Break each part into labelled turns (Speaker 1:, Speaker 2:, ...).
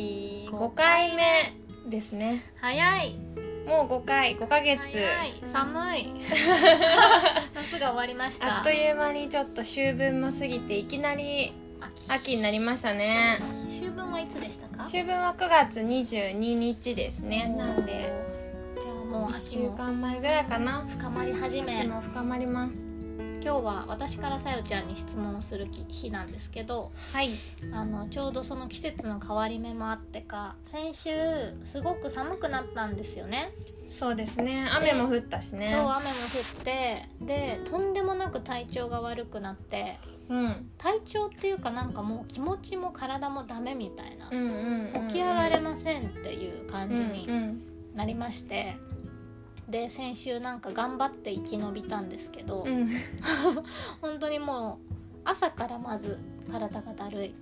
Speaker 1: 5回目ですね
Speaker 2: 早い
Speaker 1: もう5回5ヶ月
Speaker 2: 早い寒 い夏が終わりました
Speaker 1: あっという間にちょっと秋分も過ぎていきなり秋になりましたね
Speaker 2: 秋秋分はいつでしたか
Speaker 1: 秋分は9月22日ですね
Speaker 2: お
Speaker 1: な
Speaker 2: ー
Speaker 1: んで
Speaker 2: じゃあもう秋
Speaker 1: 1週
Speaker 2: も
Speaker 1: 間前ぐらいかな
Speaker 2: 深まり始め
Speaker 1: 秋
Speaker 2: 今
Speaker 1: も深まります
Speaker 2: 日は私からさよちゃんに質問をする日なんですけど
Speaker 1: はい
Speaker 2: あのちょうどその季節の変わり目もあってか先週すごく寒くなったんですよね
Speaker 1: そうですね雨も降ったしね
Speaker 2: そう雨も降ってでとんでもなく体調が悪くなって
Speaker 1: うん
Speaker 2: 体調っていうかなんかもう気持ちも体もダメみたいな、
Speaker 1: うんうんうん
Speaker 2: 起き上がれませんっていう感じ
Speaker 1: うんう
Speaker 2: に
Speaker 1: ん
Speaker 2: なりまして、で先週なんか頑張って生き延びたんですけど、
Speaker 1: うん
Speaker 2: 本当にもう朝からまず体がだるい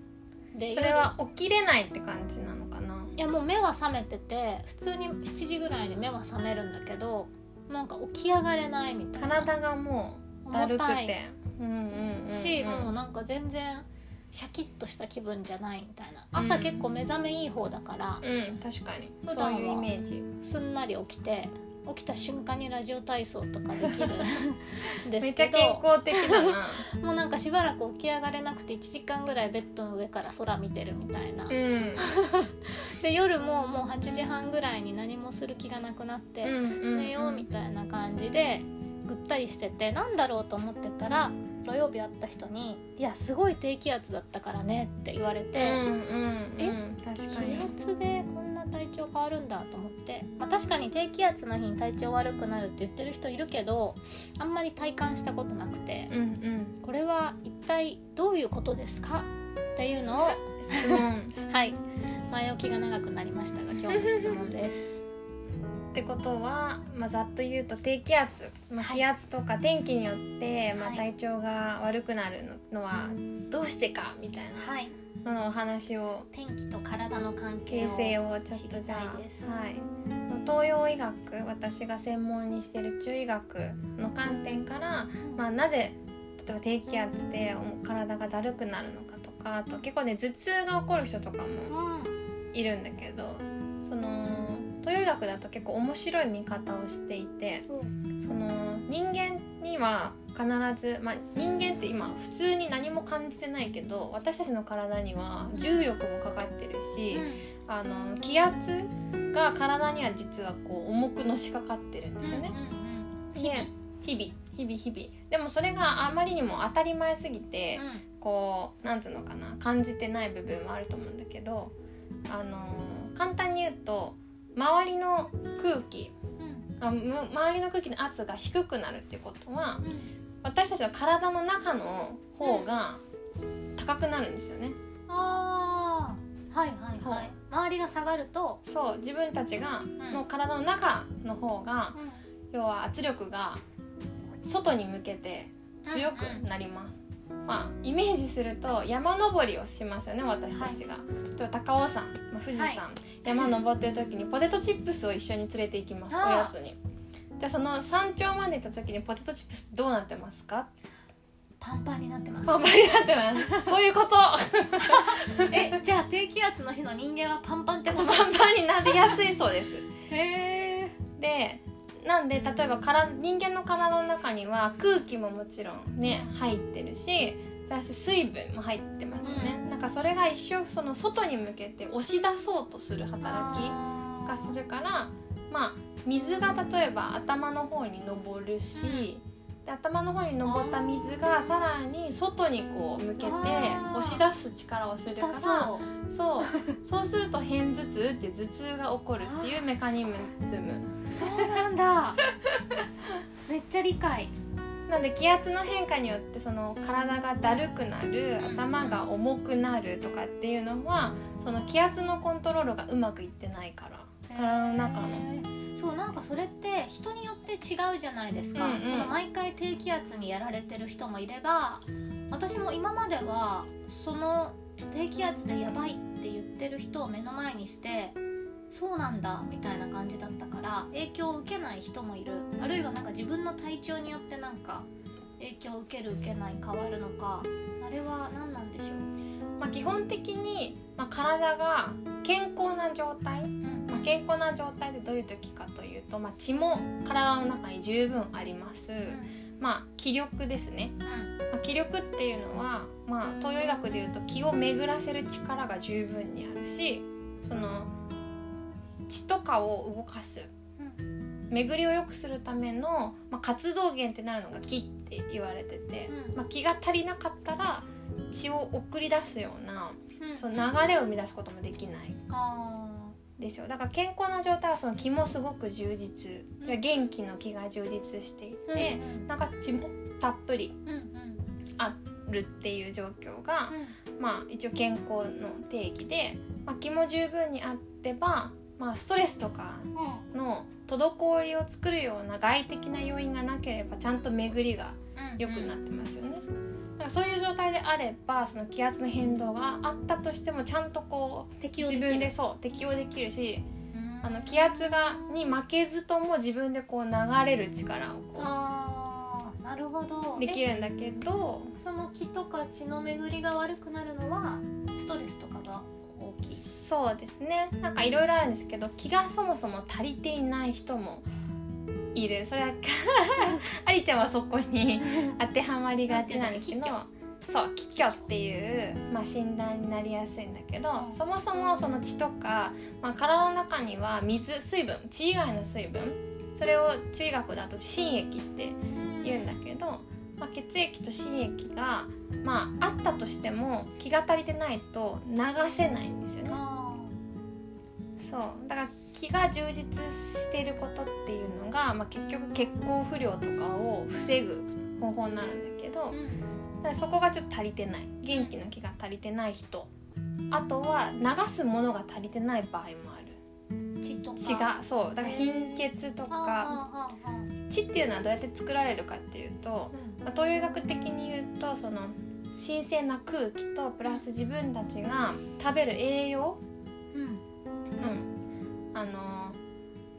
Speaker 2: で
Speaker 1: それは起きれないって感じなのかな
Speaker 2: 夜いやもう目は覚めてて普通に7時ぐらいに目は覚めるんだけどなんか起き上がれないみたいな
Speaker 1: 体がもうだるく
Speaker 2: 重たい
Speaker 1: てうんうんうんうん
Speaker 2: し、もうなんか全然シャキッとした気分じゃないみたいな
Speaker 1: うん
Speaker 2: 朝結構目覚めいい方だから、
Speaker 1: うん確かに
Speaker 2: 普段
Speaker 1: そ
Speaker 2: は
Speaker 1: ういうイメージ
Speaker 2: すんなり起きて起きた瞬間にラジオ体操とかできるです
Speaker 1: めっち
Speaker 2: け
Speaker 1: ゃ健
Speaker 2: ど
Speaker 1: 康的だな
Speaker 2: もうなんかしばらく起き上がれなくて1時間ぐらいベッドの上から空見てるみたいな、
Speaker 1: うん
Speaker 2: で夜ももう8時半ぐらいに何もする気がなくなって、
Speaker 1: うん
Speaker 2: 寝ようみたいな感じでぐったりしててなんだろうと思ってたら土曜日会った人に「いやすごい低気圧だったからね」って言われて。
Speaker 1: うんうん
Speaker 2: え
Speaker 1: うん確かに
Speaker 2: 気圧でこんな体調変わるんだと思って、まあ、確かに低気圧の日に体調悪くなるって言ってる人いるけどあんまり体感したことなくて
Speaker 1: うんうん
Speaker 2: これは一体どういうことですかっていうのを
Speaker 1: 質問
Speaker 2: はい前置きが長くなりましたが今日の質問です。
Speaker 1: ってことは、まあ、ざっと言うと低気圧、まあ、
Speaker 2: はい
Speaker 1: 気圧とか天気によって、まあ、
Speaker 2: はい
Speaker 1: 体調が悪くなるのはどうしてかみたい
Speaker 2: はい
Speaker 1: なののお話を
Speaker 2: 天気と体の関係
Speaker 1: 形
Speaker 2: を
Speaker 1: 成をちょっとじゃあ
Speaker 2: 知りたいです
Speaker 1: はい東洋医学私が専門にしてる中医学の観点から、まあ、なぜ例えば低気圧でお体がだるくなるのかとかあと結構ね頭痛が起こる人とかも
Speaker 2: うん
Speaker 1: いるんだけどその東洋医学だと結構面白い見方をしていてその人間には必ず、まあ、人間って今普通に何も感じてないけど私たちの体には重力もかかってるし。あの気圧が体には実はこう重くのしかかってるんですよね。で日々日々日々でもそれがあまりにも当たり前すぎて、こうなんつうのかな感じてない部分もあると思うんだけどあの簡単に言うと周りの空気あむ周りの空気の圧が低くなるっていうことは私たちの体の中の方が高くなるんですよね。
Speaker 2: ああはいはい
Speaker 1: そ
Speaker 2: はいう周りが下がると、
Speaker 1: そう自分たちがの体の中の方が
Speaker 2: うん
Speaker 1: 要は圧力が外に向けて強くなります、まあ、イメージすると山登りをしますよね私たちが、例えば高尾山、まあ富士山、
Speaker 2: は
Speaker 1: 山登ってる時にポテトチップスを一緒に連れて行きますお
Speaker 2: あー
Speaker 1: やつにじゃあその山頂まで行った時にポテトチップスどうなってます か
Speaker 2: パンパンになってます
Speaker 1: パンパンになってますそういう こと
Speaker 2: えじゃあ低気圧の日の人間はパンパンってこ
Speaker 1: パ
Speaker 2: と
Speaker 1: ンパンになりやすいそうです
Speaker 2: へえ
Speaker 1: でなんで例えばから人間の体の中には空気ももちろんね入ってるしだし水分も入ってますよね、なんかそれが一生その外に向けて押し出そうとする働き
Speaker 2: き
Speaker 1: がするからまあ水が例えば頭の方に上るし、
Speaker 2: うん
Speaker 1: で頭の方に上った水がさらに外にこう向けて
Speaker 2: あー
Speaker 1: 押し出す力をするから
Speaker 2: そう
Speaker 1: そうそうすると片頭痛っていう頭痛が起こるっていうメカニズム。
Speaker 2: そうなんだめっちゃ理解
Speaker 1: なので気圧の変化によってその体がだるくなる
Speaker 2: うん
Speaker 1: 頭が重くなるとかっていうのはその気圧のコントロールがうまくいってないから体の中の
Speaker 2: へーそうなんかそれって人によって違うじゃないですか、
Speaker 1: うんうん
Speaker 2: その毎回低気圧にやられてる人もいれば私も今まではその低気圧でやばいって言ってる人を目の前にしてそうなんだみたいな感じだったから影響を受けない人もいるあるいはなんか自分の体調によってなんか影響を受ける受けない変わるのかあれは何なんでしょう
Speaker 1: まあ、基本的に、まあ、体が健康な状態、
Speaker 2: うん
Speaker 1: まあ、健康な状態でどういう時かというと、まあ、血も体の中に十分あります、まあ気力ですね、まあ、気力っていうのは、まあ、東洋医学でいうと気を巡らせる力が十分にあるしその血とかを動かす巡りを良くするための、まあ、活動源ってなるのが気って言われてて、まあ、気が足りなかったら血を送り出すようなその流れを生み出すこともできない
Speaker 2: あ
Speaker 1: ですよだから健康な状態はその気もすごく充実、
Speaker 2: うん
Speaker 1: いや元気の気が充実してい
Speaker 2: ー
Speaker 1: て、なんか血もたっぷり
Speaker 2: うんうん
Speaker 1: あるっていう状況が、
Speaker 2: うん
Speaker 1: まあ一応健康の定義で、まあ、気も十分にあってば、まあ、ストレスとかの滞りを作るような外的な要因がなければちゃんと巡りが
Speaker 2: うん
Speaker 1: 良くなっ
Speaker 2: うん
Speaker 1: てますよね。だからそういう状態であればその気圧の変動があったとしてもちゃんとこう
Speaker 2: 適応
Speaker 1: 自
Speaker 2: きる
Speaker 1: 分でそう適応できるし
Speaker 2: うん
Speaker 1: あの気圧がに負けずとも自分でこう流れる力をこ
Speaker 2: あーなるほど
Speaker 1: うでき
Speaker 2: る
Speaker 1: るんだけど
Speaker 2: その気とか血の巡りが悪くなるのはストレスとかが大きい
Speaker 1: そうですねなんかいろいろあるんですけど気がそもそも足りていない人もいるそれは ありちゃんはそこに当てはまりがちなんですけどそう気虚っていう、まあ、診断になりやすいんだけどそもそもその血とか、まあ、体の中には水水分血以外の水分それを中医学だと心液って 言うんだけど、まあ、血液と心液が、まあ、あったとしても気が足りてないと流せないんですよね。
Speaker 2: あ
Speaker 1: そうだから気が充実していることっていうのが、まあ、結局血行不良とかを防ぐ方法になるんだけ
Speaker 2: ー
Speaker 1: ど
Speaker 2: うん
Speaker 1: だからそこがちょっと足りてない元気の気が足りてない人あとは流すものが足りてない場合もある
Speaker 2: 血とか
Speaker 1: 血がそうだから貧血とか
Speaker 2: あーあーあー
Speaker 1: 血っていうのはどうやって作られるかっていうと、まあ、東洋医学的に言うとその新鮮な空気とプラス自分たちが食べる栄養
Speaker 2: うんうん
Speaker 1: うん、あの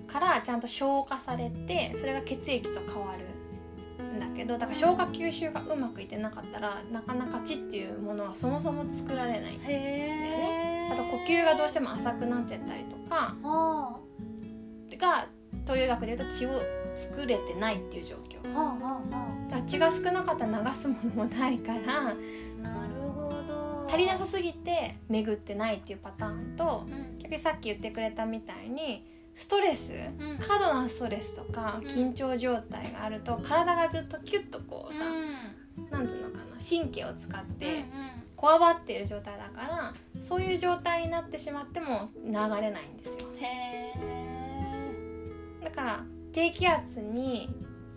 Speaker 1: からちゃんと消化されてそれが血液と変わるんだけどだから消化吸収がうまくいってなかったらなかなか血っていうものはそもそも作られない
Speaker 2: へえ
Speaker 1: あと呼吸がどうしても浅くなっちゃったりとか
Speaker 2: あ
Speaker 1: が東洋医学でいうと血を作れてないっていう状況
Speaker 2: ーはあはあは
Speaker 1: だから血が少なかったら流すものもないから
Speaker 2: あなるほど
Speaker 1: 足りなさすぎて巡ってないっていうパターンと
Speaker 2: うん
Speaker 1: 逆にさっき言ってくれたみたいにストレス
Speaker 2: うん
Speaker 1: 過度なストレスとか
Speaker 2: うん
Speaker 1: 緊張状態があると体がずっとキュッとこうさ、
Speaker 2: うん
Speaker 1: なんつうのかな神経を使って
Speaker 2: うんうん
Speaker 1: こわばっている状態だからそういう状態になってしまっても流れないんですよ
Speaker 2: へえ。
Speaker 1: だから低気圧に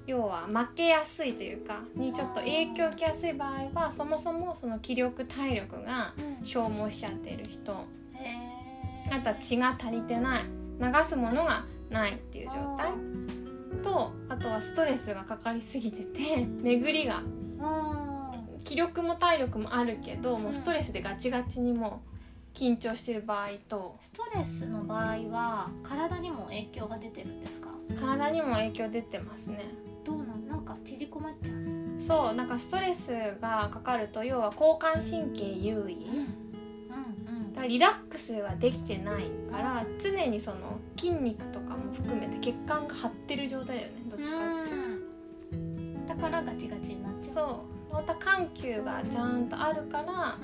Speaker 1: 要は負けやすいというかにちょっと影響を受けやすい場合はそもそもその気力体力が消耗しちゃっている人
Speaker 2: へー
Speaker 1: あとは血が足りてない流すものがないっていう状態
Speaker 2: あ
Speaker 1: とあとはストレスがかかりすぎてて 巡りが
Speaker 2: あ
Speaker 1: 気力も体力もあるけどもうストレスでガチガチにもう緊張してる場合と
Speaker 2: ー。ストレスの場合は体にも影響が出てるんですか。
Speaker 1: 体にも影響出てますね
Speaker 2: どうなんなんか縮こまっちゃう。
Speaker 1: そうなんかストレスがかかると要は交感神経優位
Speaker 2: うんうん
Speaker 1: だからリラックスができてないから常にその筋肉とかも含めて血管が張ってる状態だよねどっちかっていうと。
Speaker 2: うん。だからガチガチになっちゃう。
Speaker 1: そうまた緩急がちゃんとあるから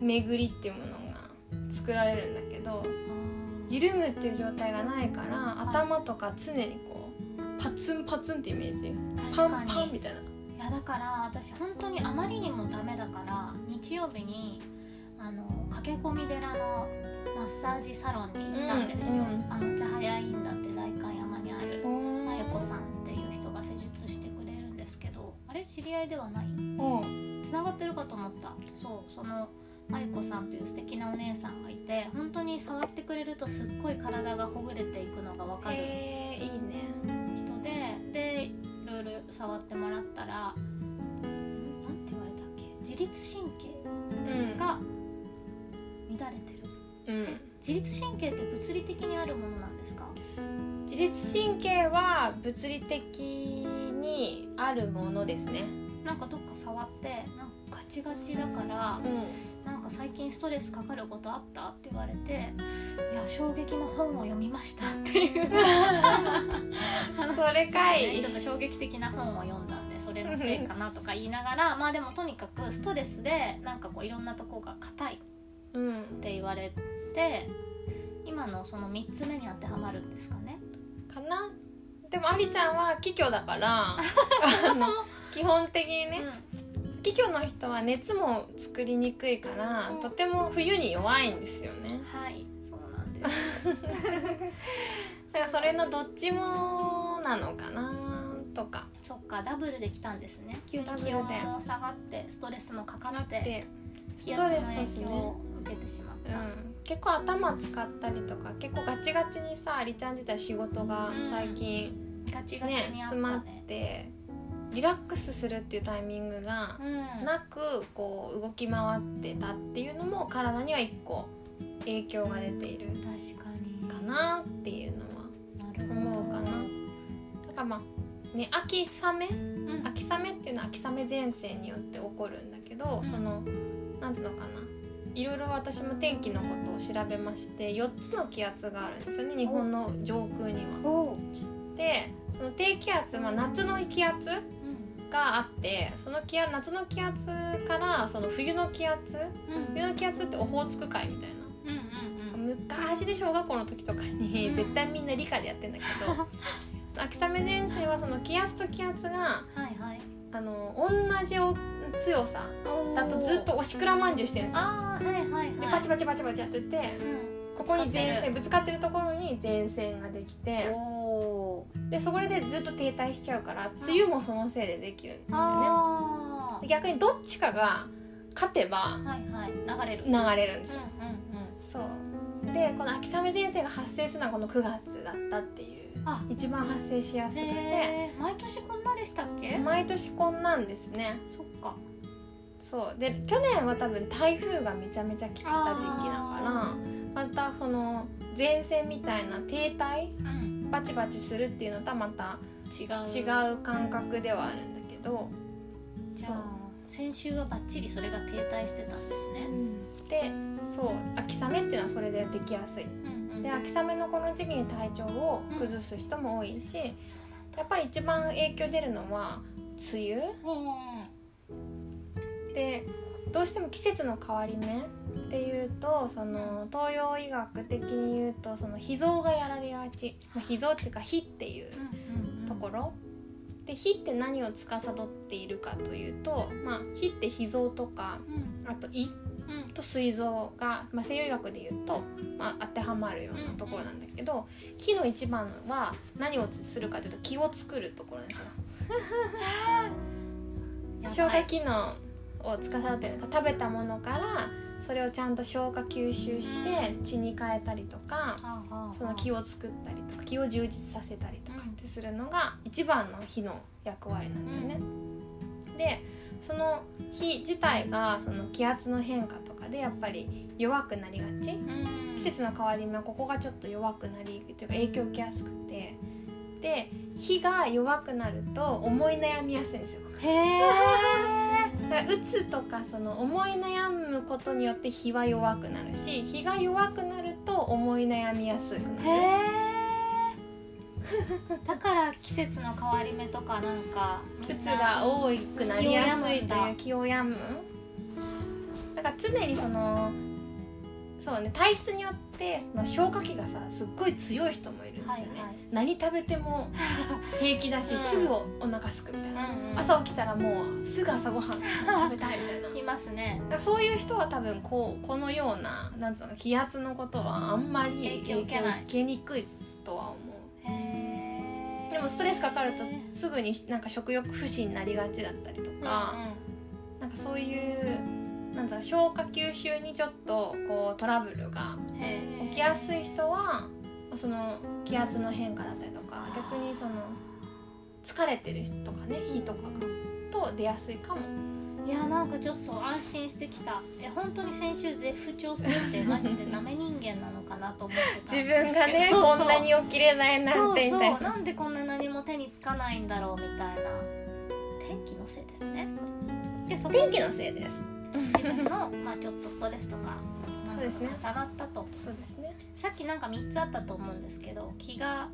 Speaker 1: 巡りっていうものが作られるんだけど
Speaker 2: うん。
Speaker 1: 緩むっていう状態がないから頭とか常にこうパツンパツンってイメージパ
Speaker 2: 確か
Speaker 1: ンパンみ
Speaker 2: に。
Speaker 1: たいない
Speaker 2: やだから私本当にあまりにもダメだから日曜日にあの駆け込み寺のマッサージサロンに行ったんです
Speaker 1: う
Speaker 2: よ。
Speaker 1: んうん
Speaker 2: あの茶早いんだって代官山にある。まゆこ
Speaker 1: ん
Speaker 2: さんっていう人が施術してくれるんですけどあれ知り合いではないつながってるかと思ったそうそのまゆこさんという素敵なお姉さんがいて本当に触ってくれるとすっごい体がほぐれていくのが分かる
Speaker 1: えー、いいね
Speaker 2: 人で、でいろいろ触ってもらったらんなんて言われたっけ自律神経
Speaker 1: うん
Speaker 2: が乱れてる
Speaker 1: うん
Speaker 2: 自律神経って物理的にあるものなんですか
Speaker 1: 自律神経は物理的にあるものですね
Speaker 2: なんかどっか触ってなんかガチガチだから
Speaker 1: うん
Speaker 2: なんか最近ストレスかかることあった?」って言われて「いや衝撃の本を読みました」っていう
Speaker 1: それか い
Speaker 2: ちょっと衝撃的な本を読んだんでそれのせいかなとか言いな がらまあでもとにかくストレスでなんかこういろんなとこが硬いっ
Speaker 1: うん
Speaker 2: て言われて今のその3つ目に当てはまるんですかね。
Speaker 1: かなでもありちゃんは気虚だから あの基本的にね、気虚の人は熱も作りにくいから、
Speaker 2: うん
Speaker 1: とても冬に弱いんですよね
Speaker 2: はいそうな んです。
Speaker 1: だからそれのどっちもなのかなとか
Speaker 2: そっかダブルで来たんですね。急に気温も下がってストレスもかか
Speaker 1: なっ
Speaker 2: って
Speaker 1: て
Speaker 2: 気
Speaker 1: ス
Speaker 2: 圧の
Speaker 1: トレスで
Speaker 2: 影
Speaker 1: す
Speaker 2: 響
Speaker 1: ね
Speaker 2: を受けてしまっ
Speaker 1: う
Speaker 2: た。
Speaker 1: ん結構頭使ったりとか結構ガチガチにさありちゃん自体仕事が最近
Speaker 2: ガチガチ
Speaker 1: ね
Speaker 2: にあった
Speaker 1: 詰まっ
Speaker 2: ね。
Speaker 1: てリラックスするっていうタイミングが
Speaker 2: うん
Speaker 1: なくこう動き回ってたっていうのも体には一個影響が出ている
Speaker 2: 確かに
Speaker 1: かなっていうのは
Speaker 2: なるほど
Speaker 1: 思うかな。だからまあね秋雨
Speaker 2: うん
Speaker 1: 秋雨っていうのは秋雨前線によって起こるんだけどそのなんつうのかないろいろ私も天気のことを調べまして4つの気圧があるんですよね日本の上空には。
Speaker 2: おう
Speaker 1: でその低気圧、まあ、夏の気圧
Speaker 2: うん
Speaker 1: があってその気圧夏の気圧からその冬の気圧
Speaker 2: うん
Speaker 1: 冬の気圧ってオホーツク海みたいな。
Speaker 2: うんうん
Speaker 1: 昔で小学校の時とかに
Speaker 2: うん
Speaker 1: 絶対みんな理科でやってんだけ ど秋雨前線はその気圧と気圧が
Speaker 2: はいはい
Speaker 1: あの同じお強さだとずっとおしくらまんじゅうしてるんですよ。
Speaker 2: ああはいはいはい
Speaker 1: でバチバチバチバチやってて
Speaker 2: うん
Speaker 1: ここに前線ぶつかってるところに前線ができて
Speaker 2: おー
Speaker 1: でそこでずっと停滞しちゃうから梅雨もそのせいでできるんだよね。
Speaker 2: あ
Speaker 1: で逆にどっちかが勝てば
Speaker 2: ーはいはい流れる
Speaker 1: 流れるんですよ。
Speaker 2: うんうんうん
Speaker 1: そうでこの秋雨前線が発生するのはこの9月だったっていう
Speaker 2: あ
Speaker 1: 一番発生しやすくて
Speaker 2: へー毎年こんなでしたっけ
Speaker 1: 毎年こんなんですね。
Speaker 2: そっか
Speaker 1: そうで去年は多分台風がめちゃめちゃ来てた時期だ
Speaker 2: あ
Speaker 1: からまたその前線みたいな停滞
Speaker 2: うん
Speaker 1: バチバチするっていうのとはまた
Speaker 2: 違う
Speaker 1: 違う感覚ではあるんだけど
Speaker 2: じゃあ先週はバッチリそれが停滞してたんです
Speaker 1: そう
Speaker 2: ね
Speaker 1: でそう秋雨っていうのはそれでできやすい
Speaker 2: うんうん
Speaker 1: で秋雨のこの時期に体調を崩す人も多いし、
Speaker 2: そうなんだ
Speaker 1: やっぱり一番影響出るのは梅雨でどうしても季節の変わり目っていうとその東洋医学的に言うとその脾臓がやられがちまあ脾臓っていうか脾っていう
Speaker 2: うんうんうん
Speaker 1: ところで脾って何を司っているかというと、まあ、脾って脾臓とか
Speaker 2: うん
Speaker 1: あと胃
Speaker 2: うん
Speaker 1: と膵臓が、まあ、西洋医学で言うと、まあ、当てはまるようなところなんだけど脾の一番は何をするかというと気を作るところなんですよ。
Speaker 2: やば
Speaker 1: 消化
Speaker 2: い
Speaker 1: 機能を司ってるのか食べたものからそれをちゃんと消化吸収して血に変えたりとか
Speaker 2: はあはあはあ
Speaker 1: その気を作ったりとか気を充実させたりとかってするのが一番の火の役割なんだよね。でその火自体がその気圧の変化とかでやっぱり弱くなりがち季節の変わり目はここがちょっと弱くなりというか影響を受けやすくてで火が弱くなると思い悩みやすいんですよ。
Speaker 2: へえ
Speaker 1: だから鬱とかその思い悩むことによって日は弱くなるし日が弱くなると思い悩みやすく
Speaker 2: へ
Speaker 1: なる
Speaker 2: え だから季節の変わり目とかなんかみん
Speaker 1: 鬱
Speaker 2: な
Speaker 1: が多くなりやすいと
Speaker 2: 気を病
Speaker 1: いう
Speaker 2: むん
Speaker 1: 気
Speaker 2: だ
Speaker 1: を病むだから常にそのそうね体質によってその消化器がさすっごい強い人もいるんで
Speaker 2: は
Speaker 1: す
Speaker 2: い
Speaker 1: よね、
Speaker 2: は
Speaker 1: 何食べても平気だし、
Speaker 2: うん
Speaker 1: すぐお腹すくみたいな、
Speaker 2: い、うんうん、
Speaker 1: 朝起きたらもうすぐ朝ごはん食べたいみたいな
Speaker 2: いますね
Speaker 1: だからそういう人は多分こうこのようななんつうの気圧のことはあんまり
Speaker 2: 影響受けな
Speaker 1: 影
Speaker 2: い
Speaker 1: 響受けにくいとは思
Speaker 2: へえ
Speaker 1: うでもストレスかかると
Speaker 2: うんうん
Speaker 1: すぐになんか食欲不振になりがちだったりとか、なんかそういうなんつうの消化吸収にちょっとこうトラブルが
Speaker 2: へえ
Speaker 1: 起きやすい人はその気圧の変化だったりとか逆にその疲れてる人とかね火とかがと出やすいかも。
Speaker 2: いやなんかちょっと安心してきたえ本当に先週絶不調するってマジでダメ人間なのかなと思ってた
Speaker 1: 自
Speaker 2: んで
Speaker 1: 分
Speaker 2: すけど
Speaker 1: がね
Speaker 2: そうそう
Speaker 1: こんなに起きれないなんてみたい
Speaker 2: そうそう
Speaker 1: な。
Speaker 2: なんでこんな何も手につかないんだろうみたいな天気のせいですねでそこ
Speaker 1: 天気のせいです
Speaker 2: 自分のまあちょっとストレスとかなん
Speaker 1: そう
Speaker 2: か
Speaker 1: ですね
Speaker 2: 重なったと、
Speaker 1: そうですね
Speaker 2: さっきなんか3つあったと思うんですけど気が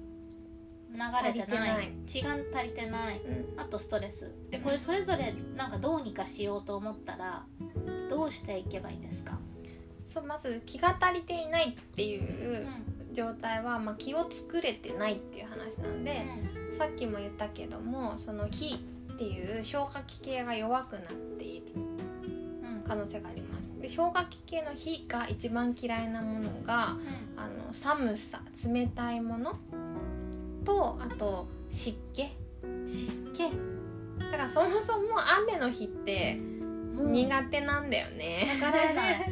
Speaker 2: 流れてない
Speaker 1: 足りてない
Speaker 2: 血が足りてない
Speaker 1: うん
Speaker 2: あとストレスでこれそれぞれなんかどうにかしようと思ったらどうしていけばいいですか、
Speaker 1: そうまず気が足りていないっていううん状態は、まあ、気を作れてないっていう話なんで、さっきも言ったけどもその気っていう消化器系が弱くなっている
Speaker 2: うんうん
Speaker 1: 可能性がありますで消化器系の火が一番嫌いなものが
Speaker 2: うん
Speaker 1: あの寒さ冷たいものとあと湿気
Speaker 2: 湿気
Speaker 1: だからそもそも雨の日って
Speaker 2: もう
Speaker 1: 苦手なんだよね、
Speaker 2: わからない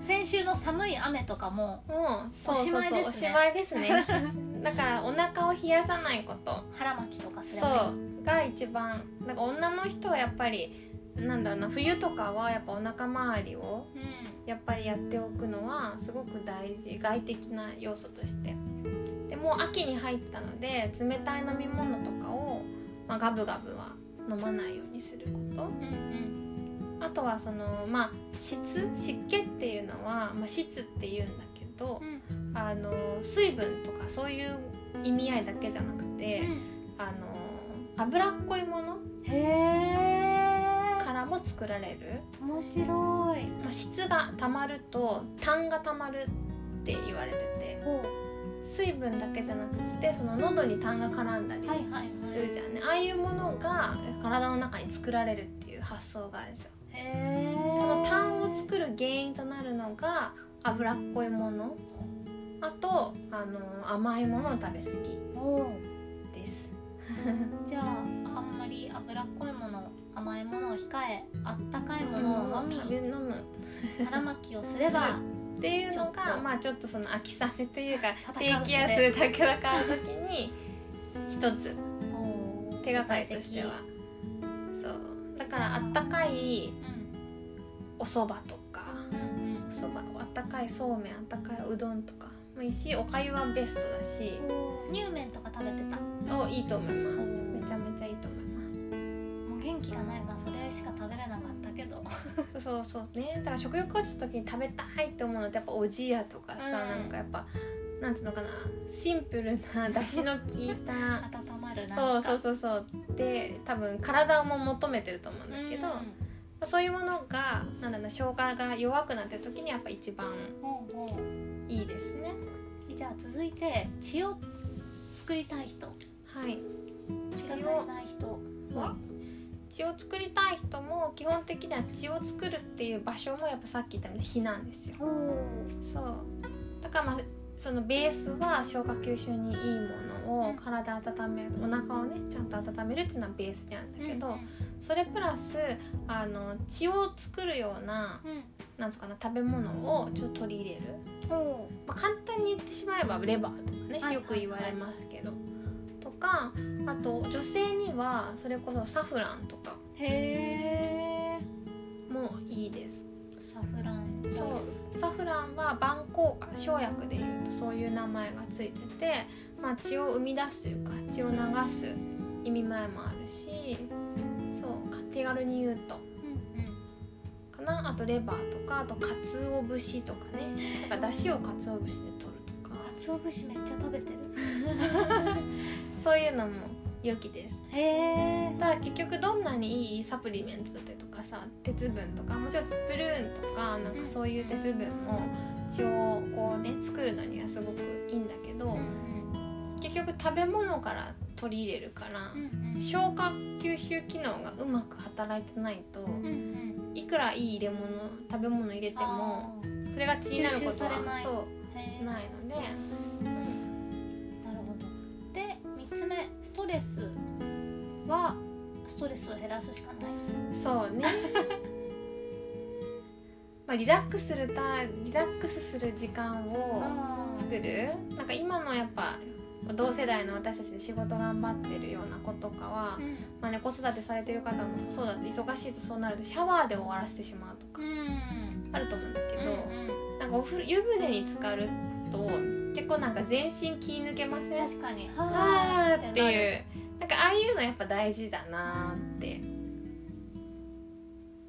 Speaker 2: 先週の寒い雨とかも
Speaker 1: もうそうそうそう
Speaker 2: おしまいですね
Speaker 1: おしまいですね だからお腹を冷やさないこと
Speaker 2: 腹巻きとかすれ
Speaker 1: そ
Speaker 2: ばいいう
Speaker 1: が一番なんか女の人はやっぱりなんだろうな冬とかはやっぱお腹周りをやっぱりやっておくのはすごく大事外的な要素としてでもう秋に入ったので冷たい飲み物とかを、まあ、ガブガブは飲まないようにすること
Speaker 2: うんうん
Speaker 1: あとはそのまあ湿湿気っていうのは、まあ、湿っていうんだけど
Speaker 2: うん
Speaker 1: あの水分とかそういう意味合いだけじゃなくて、
Speaker 2: うん
Speaker 1: あの脂っこいもの
Speaker 2: へえ
Speaker 1: からも作られる、
Speaker 2: 面白い
Speaker 1: まあ、質がたまると痰がたまるって言われてて
Speaker 2: ほ
Speaker 1: 水分だけじゃなくてその喉に痰が絡んだり
Speaker 2: うはいはいはい
Speaker 1: するじゃんね、ああいうものが体の中に作られるっていう発想があるんですよ
Speaker 2: へえ
Speaker 1: その痰を作る原因となるのが脂っこいものあとあの甘いものを食べ過
Speaker 2: ほう
Speaker 1: ぎです
Speaker 2: じゃああんまり脂っこいもの甘いものを控えあったかいものを飲
Speaker 1: 食べ
Speaker 2: み
Speaker 1: 飲む
Speaker 2: 腹巻きをすれば
Speaker 1: っていうの
Speaker 2: ちょっ
Speaker 1: が
Speaker 2: と
Speaker 1: まあちょっとその秋雨というか低
Speaker 2: 戦う
Speaker 1: 気
Speaker 2: 術
Speaker 1: 圧
Speaker 2: で
Speaker 1: だけだから時に一つ
Speaker 2: ほう
Speaker 1: 手がかりとしてはそうだからあったかい
Speaker 2: うん
Speaker 1: お蕎麦とか
Speaker 2: うん
Speaker 1: お蕎麦あったかいそうめんあったかいうどんとかもいいしおかゆはベストだし
Speaker 2: うん乳麺とか食べてた
Speaker 1: おいいと思いますめちゃめちゃいいと思い ま
Speaker 2: もう元気がないからそれしか食べれなかったけど
Speaker 1: すそうそうそうねだから食欲落ちた時に食べたいって思うのってやっぱおじやとかさ、
Speaker 2: うん
Speaker 1: なんかやっぱなんていうのかなシンプルなだしの効いた
Speaker 2: 温まるなん
Speaker 1: そう
Speaker 2: か
Speaker 1: そうそうそうで多分体も求めてると思うんだけど、
Speaker 2: うん
Speaker 1: そういうものがなんだろうな消化が弱くなってる時にやっぱ一番
Speaker 2: ほうほ
Speaker 1: いいですね
Speaker 2: うじゃあ続いて血を作りたい人
Speaker 1: はい
Speaker 2: 血が
Speaker 1: 血
Speaker 2: 足
Speaker 1: を
Speaker 2: りない人
Speaker 1: は血を作りたい人も基本的には血を作るっていう場所もやっぱさっき言ったみたいに火なんですよ
Speaker 2: おお
Speaker 1: そうだからまあそのベースは消化吸収にいいもの
Speaker 2: う
Speaker 1: を
Speaker 2: ん
Speaker 1: 体温めるお腹をねちゃんと温めるっていうのはベースにあるんだけど、それプラスあの血を作るような
Speaker 2: うん
Speaker 1: なんつうかな食べ物をちょっと取り入れる、
Speaker 2: ほ
Speaker 1: まあ、簡単に言ってしまえばレバーとかね、
Speaker 2: はい
Speaker 1: よく言われますけど、とかあと女性にはそれこそサフランとか
Speaker 2: うへえ
Speaker 1: もいいです
Speaker 2: サフランライ
Speaker 1: そう
Speaker 2: ス
Speaker 1: サフランは万効果生薬でいうとそういう名前がついてて、まあ、血を生み出すというか血を流す意味前もあるしそうか手軽に言うと
Speaker 2: うんうん
Speaker 1: かなあとレバーとかあと鰹節とかねなんか出汁を鰹節で取るとか
Speaker 2: 鰹節めっちゃ食べてる
Speaker 1: そういうのも良きです
Speaker 2: へえ
Speaker 1: ただ結局どんなにいいサプリメントだったりとかさ鉄分とかもちろんプルーンとかなんかそういう鉄分も血をこうね作るのにはすごくいいんだけど、
Speaker 2: うんうん
Speaker 1: 結局食べ物から取り入れるから、
Speaker 2: うん
Speaker 1: 消化吸収機能がうまく働いてないと
Speaker 2: うんうん
Speaker 1: いくらいい入れ物食べ物入れても
Speaker 2: あー
Speaker 1: それが血になること
Speaker 2: 吸収され
Speaker 1: は
Speaker 2: ない
Speaker 1: そ
Speaker 2: へ
Speaker 1: う
Speaker 2: ーな
Speaker 1: ないので、うん
Speaker 2: るほどで三つ目ストレスはストレスを減らすしかない
Speaker 1: そう ねまあリラックスするたリラックスする時間を、
Speaker 2: 作
Speaker 1: 作るなんか今のやっぱ同世代の私たちで仕事頑張ってるような子とかは、
Speaker 2: うん
Speaker 1: まあね、子育てされてる方もそうだって忙しいとそうなるとシャワーで終わらせてしまうとか
Speaker 2: うん
Speaker 1: あると思うんだけ
Speaker 2: け
Speaker 1: ど、なんかお風呂湯船に浸かると結構なんか全身気抜けません
Speaker 2: 確かに
Speaker 1: あーって
Speaker 2: な
Speaker 1: いうなんかああいうのやっぱ大事だなーって。っ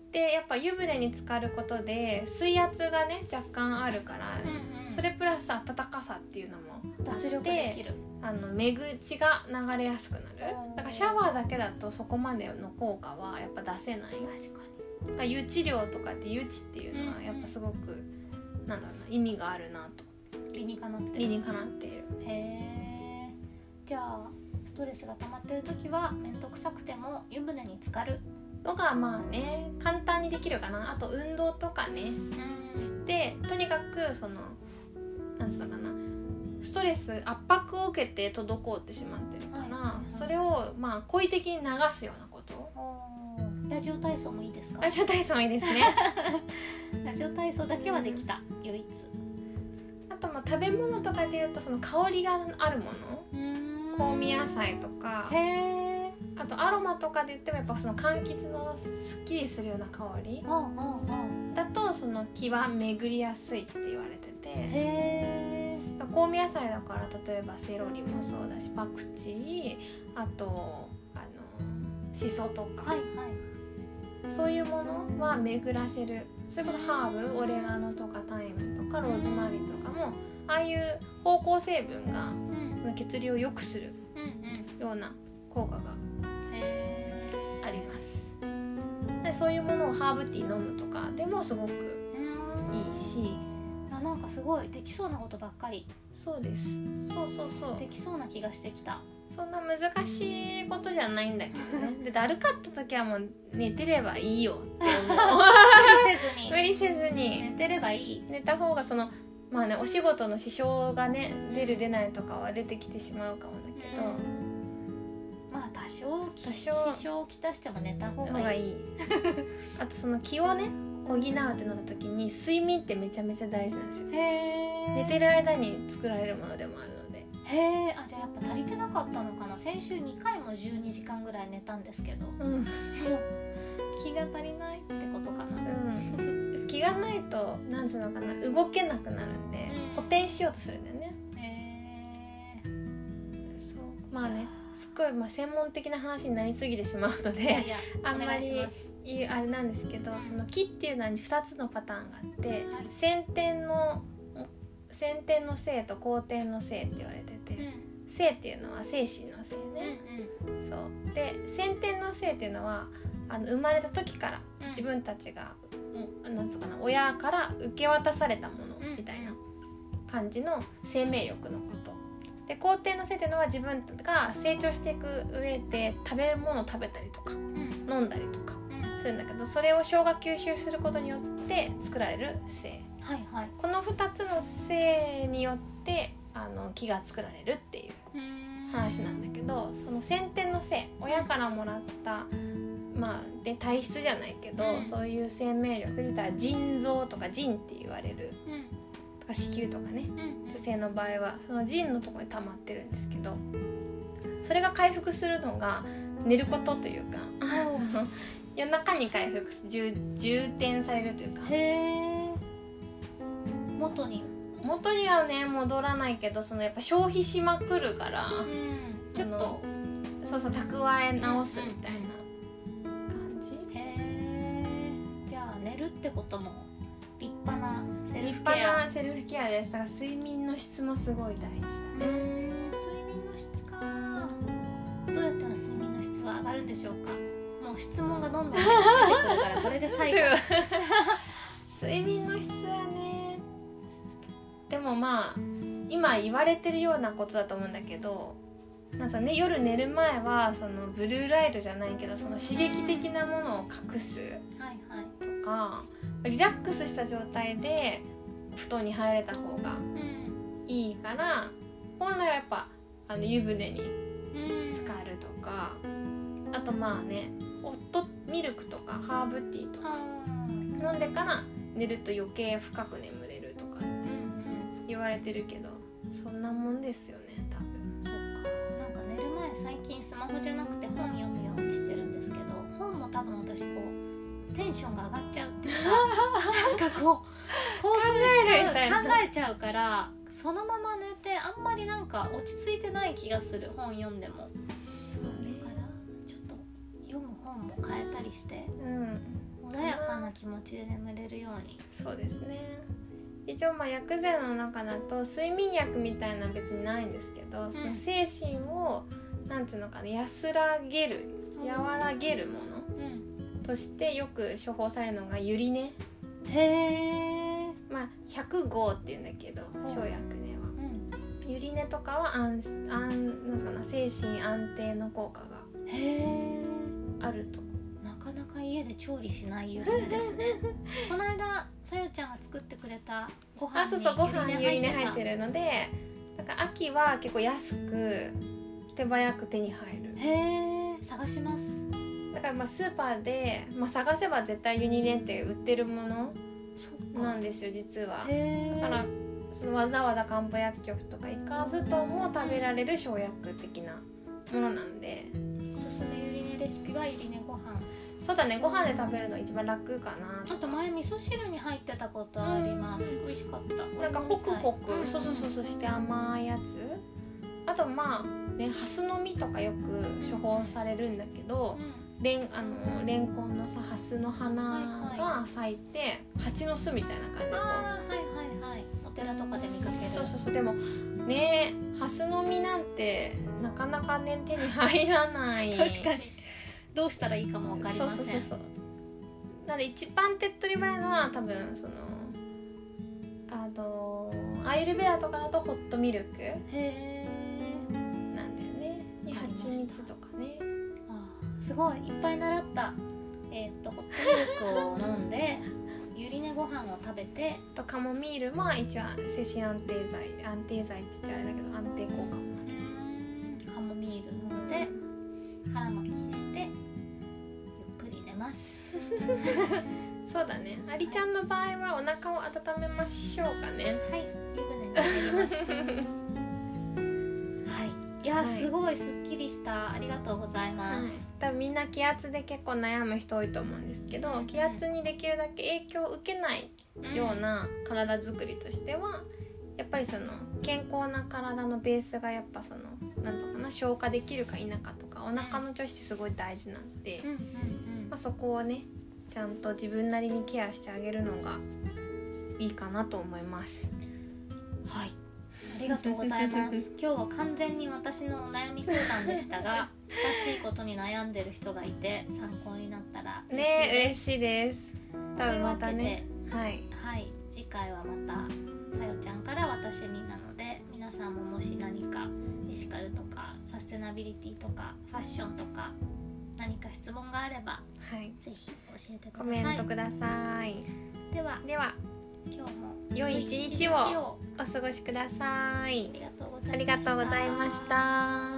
Speaker 1: でやっぱ湯船に浸かることで水圧がね若干あるから、
Speaker 2: うんうん
Speaker 1: それプラス暖かさっていうのも
Speaker 2: 脱力できる
Speaker 1: あの目口が流れやすくなる
Speaker 2: お
Speaker 1: だ
Speaker 2: ー
Speaker 1: からシャワーだけだとそこまでの効果はやっぱ出せない
Speaker 2: 確か
Speaker 1: だから湯治療とかって湯治っていうのはやっぱすごく、なんだろうな意味があるなと
Speaker 2: に理にかなって
Speaker 1: 理
Speaker 2: る
Speaker 1: にかなっている
Speaker 2: へえじゃあストレスが溜まってる時は面倒くさくても湯船に浸かる
Speaker 1: のがまあね簡単にできるかなあと運動とかねしてとにかくそのなんつうのかなストレス圧迫を受けて滞ってしまってるから、
Speaker 2: はいはいはい
Speaker 1: それをまあ故意的に流すようなこと
Speaker 2: おーラジオ体操もいいですか
Speaker 1: ラジオ体操もいいですね
Speaker 2: ラジオ体操だけはできた、唯一
Speaker 1: あとまあ食べ物とかでいうとその香りがあるもの香味野菜とか
Speaker 2: へえ
Speaker 1: あとアロマとかで言ってもやっぱその柑橘のすっきりするような香り
Speaker 2: うんうんうん
Speaker 1: だとその気は巡りやすいって言われてて
Speaker 2: へえ
Speaker 1: 香味野菜だから例えばセロリもそうだしパクチーあとあのしそとか、
Speaker 2: はいはい
Speaker 1: そういうものは巡らせるそれこそハーブオレガノとかタイムとかローズマリーとかもああいう芳香成分が
Speaker 2: うんうん
Speaker 1: 血流を良くする
Speaker 2: うん
Speaker 1: ような効果が
Speaker 2: へえ
Speaker 1: ありますでそういうものをハーブティー飲むとかでもすごく
Speaker 2: うん
Speaker 1: いいし
Speaker 2: あなんかすごいできそうなことばっかり
Speaker 1: そうですそうそうそう
Speaker 2: できそうな気がしてき た
Speaker 1: そんな難しいことじゃないんだけど ねでだるかった時はもう寝てればいいよって思う
Speaker 2: 無理せず
Speaker 1: 無理せず
Speaker 2: に
Speaker 1: に
Speaker 2: 寝てればいい
Speaker 1: 寝た方がそのまあねお仕事の支障がね出る出ないとかは出てきてしまうかもだけど、
Speaker 2: まあ多少多
Speaker 1: 少
Speaker 2: 支障をきたしても寝た方
Speaker 1: の
Speaker 2: が
Speaker 1: が
Speaker 2: いい
Speaker 1: いい あとその気をね補うってなった時に睡眠ってめちゃめちゃ大事なんですよ
Speaker 2: へえ
Speaker 1: 寝てる間に作られるものでもあるので
Speaker 2: へえあじゃあやっぱ足りてなかったのかな先週2回も12時間ぐらい寝たんですけど
Speaker 1: うん
Speaker 2: 気が足りないってことかな
Speaker 1: うん、気がないとなんつうのかな動けなくなるんで
Speaker 2: うん
Speaker 1: 補填しようとするんだよね。
Speaker 2: へえ
Speaker 1: そうまあねすっごい、まあ、専門的な話になりすぎてしまうの
Speaker 2: いや
Speaker 1: で
Speaker 2: いや
Speaker 1: あ
Speaker 2: お
Speaker 1: んま
Speaker 2: 願い
Speaker 1: り
Speaker 2: します
Speaker 1: 言うあれなんですけどその木っていうのは2つのパターンがあって
Speaker 2: はい
Speaker 1: 先天の先天の性と後天の性って言われて
Speaker 2: うん
Speaker 1: て性っていうのは精神の性ね。そうで先天の性っていうのはあの生まれた時から
Speaker 2: うん
Speaker 1: 自分たちが、うん、なんつうかな親から受け渡されたもの
Speaker 2: うん
Speaker 1: みたいな感じの生命力のこと。で皇帝のせいっていうのは自分が成長していく上で食べ物を食べたりとか
Speaker 2: うんうん
Speaker 1: 飲んだりとか
Speaker 2: うん
Speaker 1: するんだけどそれを生姜吸収することによって作られる性
Speaker 2: はいはい
Speaker 1: この2つの性によってあの木が作られるっていう
Speaker 2: うーん
Speaker 1: 話なんだけどその先天の性親からもらったまあで体質じゃないけど、
Speaker 2: うん
Speaker 1: そういう生命力自体は腎臓とか腎って言われる
Speaker 2: うん
Speaker 1: とか子宮とかね
Speaker 2: うん
Speaker 1: 女性の場合はその腎のところに溜まってるんですけどそれが回復するのが寝ることというか 夜中に回復す充充填されるというか
Speaker 2: へえ元に
Speaker 1: 元にはね戻らないけどそのやっぱ消費しまくるから。
Speaker 2: うんちょっ
Speaker 1: あ
Speaker 2: と
Speaker 1: のそうそう蓄え直すみたいな感じ
Speaker 2: へえじゃあ寝るってことも立派なセル
Speaker 1: 立
Speaker 2: フケア
Speaker 1: 派なセルフケアですだから睡眠の質もすごい大事
Speaker 2: う
Speaker 1: だね
Speaker 2: ーん睡眠の質かどうやったら睡眠の質は上がるんでしょうかもう質問がどんどん出てくるからこれで 最後
Speaker 1: 睡眠の質はねでもまあ今言われてるようなことだと思うんだけどなんかね夜寝る前はそのブルーライトじゃないけどその刺激的なものを隠す
Speaker 2: はいはい
Speaker 1: とかリラックスした状態で布団に入れた方が
Speaker 2: うん
Speaker 1: いいから本来はやっぱあの湯船に
Speaker 2: うん
Speaker 1: 浸かるとかあとまあねホットミルクとかハーブティーとか
Speaker 2: うん
Speaker 1: 飲んでから寝ると余計深く眠れるとか
Speaker 2: うん
Speaker 1: 言われてるけどそんなもんですよね多分
Speaker 2: そうかなんか寝る前最近スマホじゃなくて本読むようにしてるんですけど本も多分私こうテンションが上がっちゃうっていうか なんかこう興奮しち
Speaker 1: 考えるみたい
Speaker 2: ゃ
Speaker 1: な
Speaker 2: う考えちゃうからそのまま寝てあんまりなんか落ち着いてない気がする本読んでも。
Speaker 1: そ
Speaker 2: だからちょっと読む本も変えたりして
Speaker 1: うん
Speaker 2: も穏やかな気持ちで眠れるように
Speaker 1: そうですね一応まあ薬膳の中だと睡眠薬みたいなのは別にないんですけど、その精神をなんつうのかな安らげる和らげるもの
Speaker 2: うん
Speaker 1: としてよく処方されるのがゆりね
Speaker 2: へえ
Speaker 1: まあ100号っていうんだけど
Speaker 2: ん
Speaker 1: 生薬では
Speaker 2: うん
Speaker 1: ゆりねとかは安安なんですかな精神安定の効果が
Speaker 2: へえ
Speaker 1: あると
Speaker 2: なかなか家で調理しないゆりねですね この間さよちゃんが作ってくれたご飯
Speaker 1: あ
Speaker 2: に
Speaker 1: そうそうご飯にゆりね入
Speaker 2: た
Speaker 1: ってるのでだから秋は結構安く手早く手に入る
Speaker 2: へえ探します
Speaker 1: だからまあスーパーで、まあ、探せば絶対ユニレンって売ってるもの
Speaker 2: そ
Speaker 1: なんですよ実は
Speaker 2: へえ
Speaker 1: だからそのわざわざ漢方薬局とか行かずとも食べられる生薬的なものなんで
Speaker 2: おすすめゆりねレシピはゆりねご飯
Speaker 1: そうだねご飯で食べるの一番楽かな
Speaker 2: あと前味噌汁に入ってたことあります、美味しかった
Speaker 1: なんかホクホク、
Speaker 2: うん
Speaker 1: そうそうそうそうして甘いやつあとまあねハスの実とかよく処方されるんだけど
Speaker 2: うん
Speaker 1: レンあのレンコンのさハスの花
Speaker 2: はいは
Speaker 1: が咲いて蜂の巣みたいな感じでこう
Speaker 2: あーはいはいはいお寺とかで見かける
Speaker 1: そうそうそうでもねハスの実なんてなかなかね手に入らない
Speaker 2: 確かにどうしたらいいかもわかり
Speaker 1: そう
Speaker 2: ま
Speaker 1: そう
Speaker 2: せ
Speaker 1: そうんそうなんで一番手っ取り早いのは多分そのあのアイルベアとかだとホットミルク
Speaker 2: へえ
Speaker 1: なんだよねに
Speaker 2: わかりました
Speaker 1: 蜂蜜とかね
Speaker 2: すごいいっぱい習ったえーっとホットミルクを飲ん でゆりねご飯を食べて
Speaker 1: あとカモミールも一応精神安定剤安定剤って言っちゃあれだけど安定効果もある
Speaker 2: ハモミール飲んで腹巻きしてゆっくり寝ます
Speaker 1: そうだねアリちゃんの場合はお腹を温めましょうかね
Speaker 2: はい、湯船に入ります。はい、いや、
Speaker 1: はい
Speaker 2: すごいすっきりした。ありがとうございます。
Speaker 1: 多分みんな気圧で結構悩む人多いと思うんですけど気圧にできるだけ影響を受けないような体づくりとしてはやっぱりその健康な体のベースがやっぱその何うのかな消化できるか否かとかお腹の調子ってすごい大事なので
Speaker 2: う、ん、うん、うん
Speaker 1: まあ、そこをねちゃんと自分なりにケアしてあげるのがいいかなと思います。
Speaker 2: うん。はい。ありがとうございます。 今日は完全に私のお悩み相談でしたが、近しいことに悩んでる人がいて参考になったら嬉しい
Speaker 1: ね
Speaker 2: です。
Speaker 1: 嬉しいです。多分またね
Speaker 2: というわ
Speaker 1: はい
Speaker 2: けで。はい、次回はまたさよちゃんから私になので、皆さんももし何かエシカルとかサステナビリティとかファッションとか何か質問があれば
Speaker 1: はい
Speaker 2: ぜひ教えてく
Speaker 1: コ
Speaker 2: ださい
Speaker 1: メントください。
Speaker 2: では
Speaker 1: では
Speaker 2: 今日も
Speaker 1: 良い一日を
Speaker 2: 良い一
Speaker 1: お過ごしください
Speaker 2: あ。りがとうございました
Speaker 1: ありがとうございました。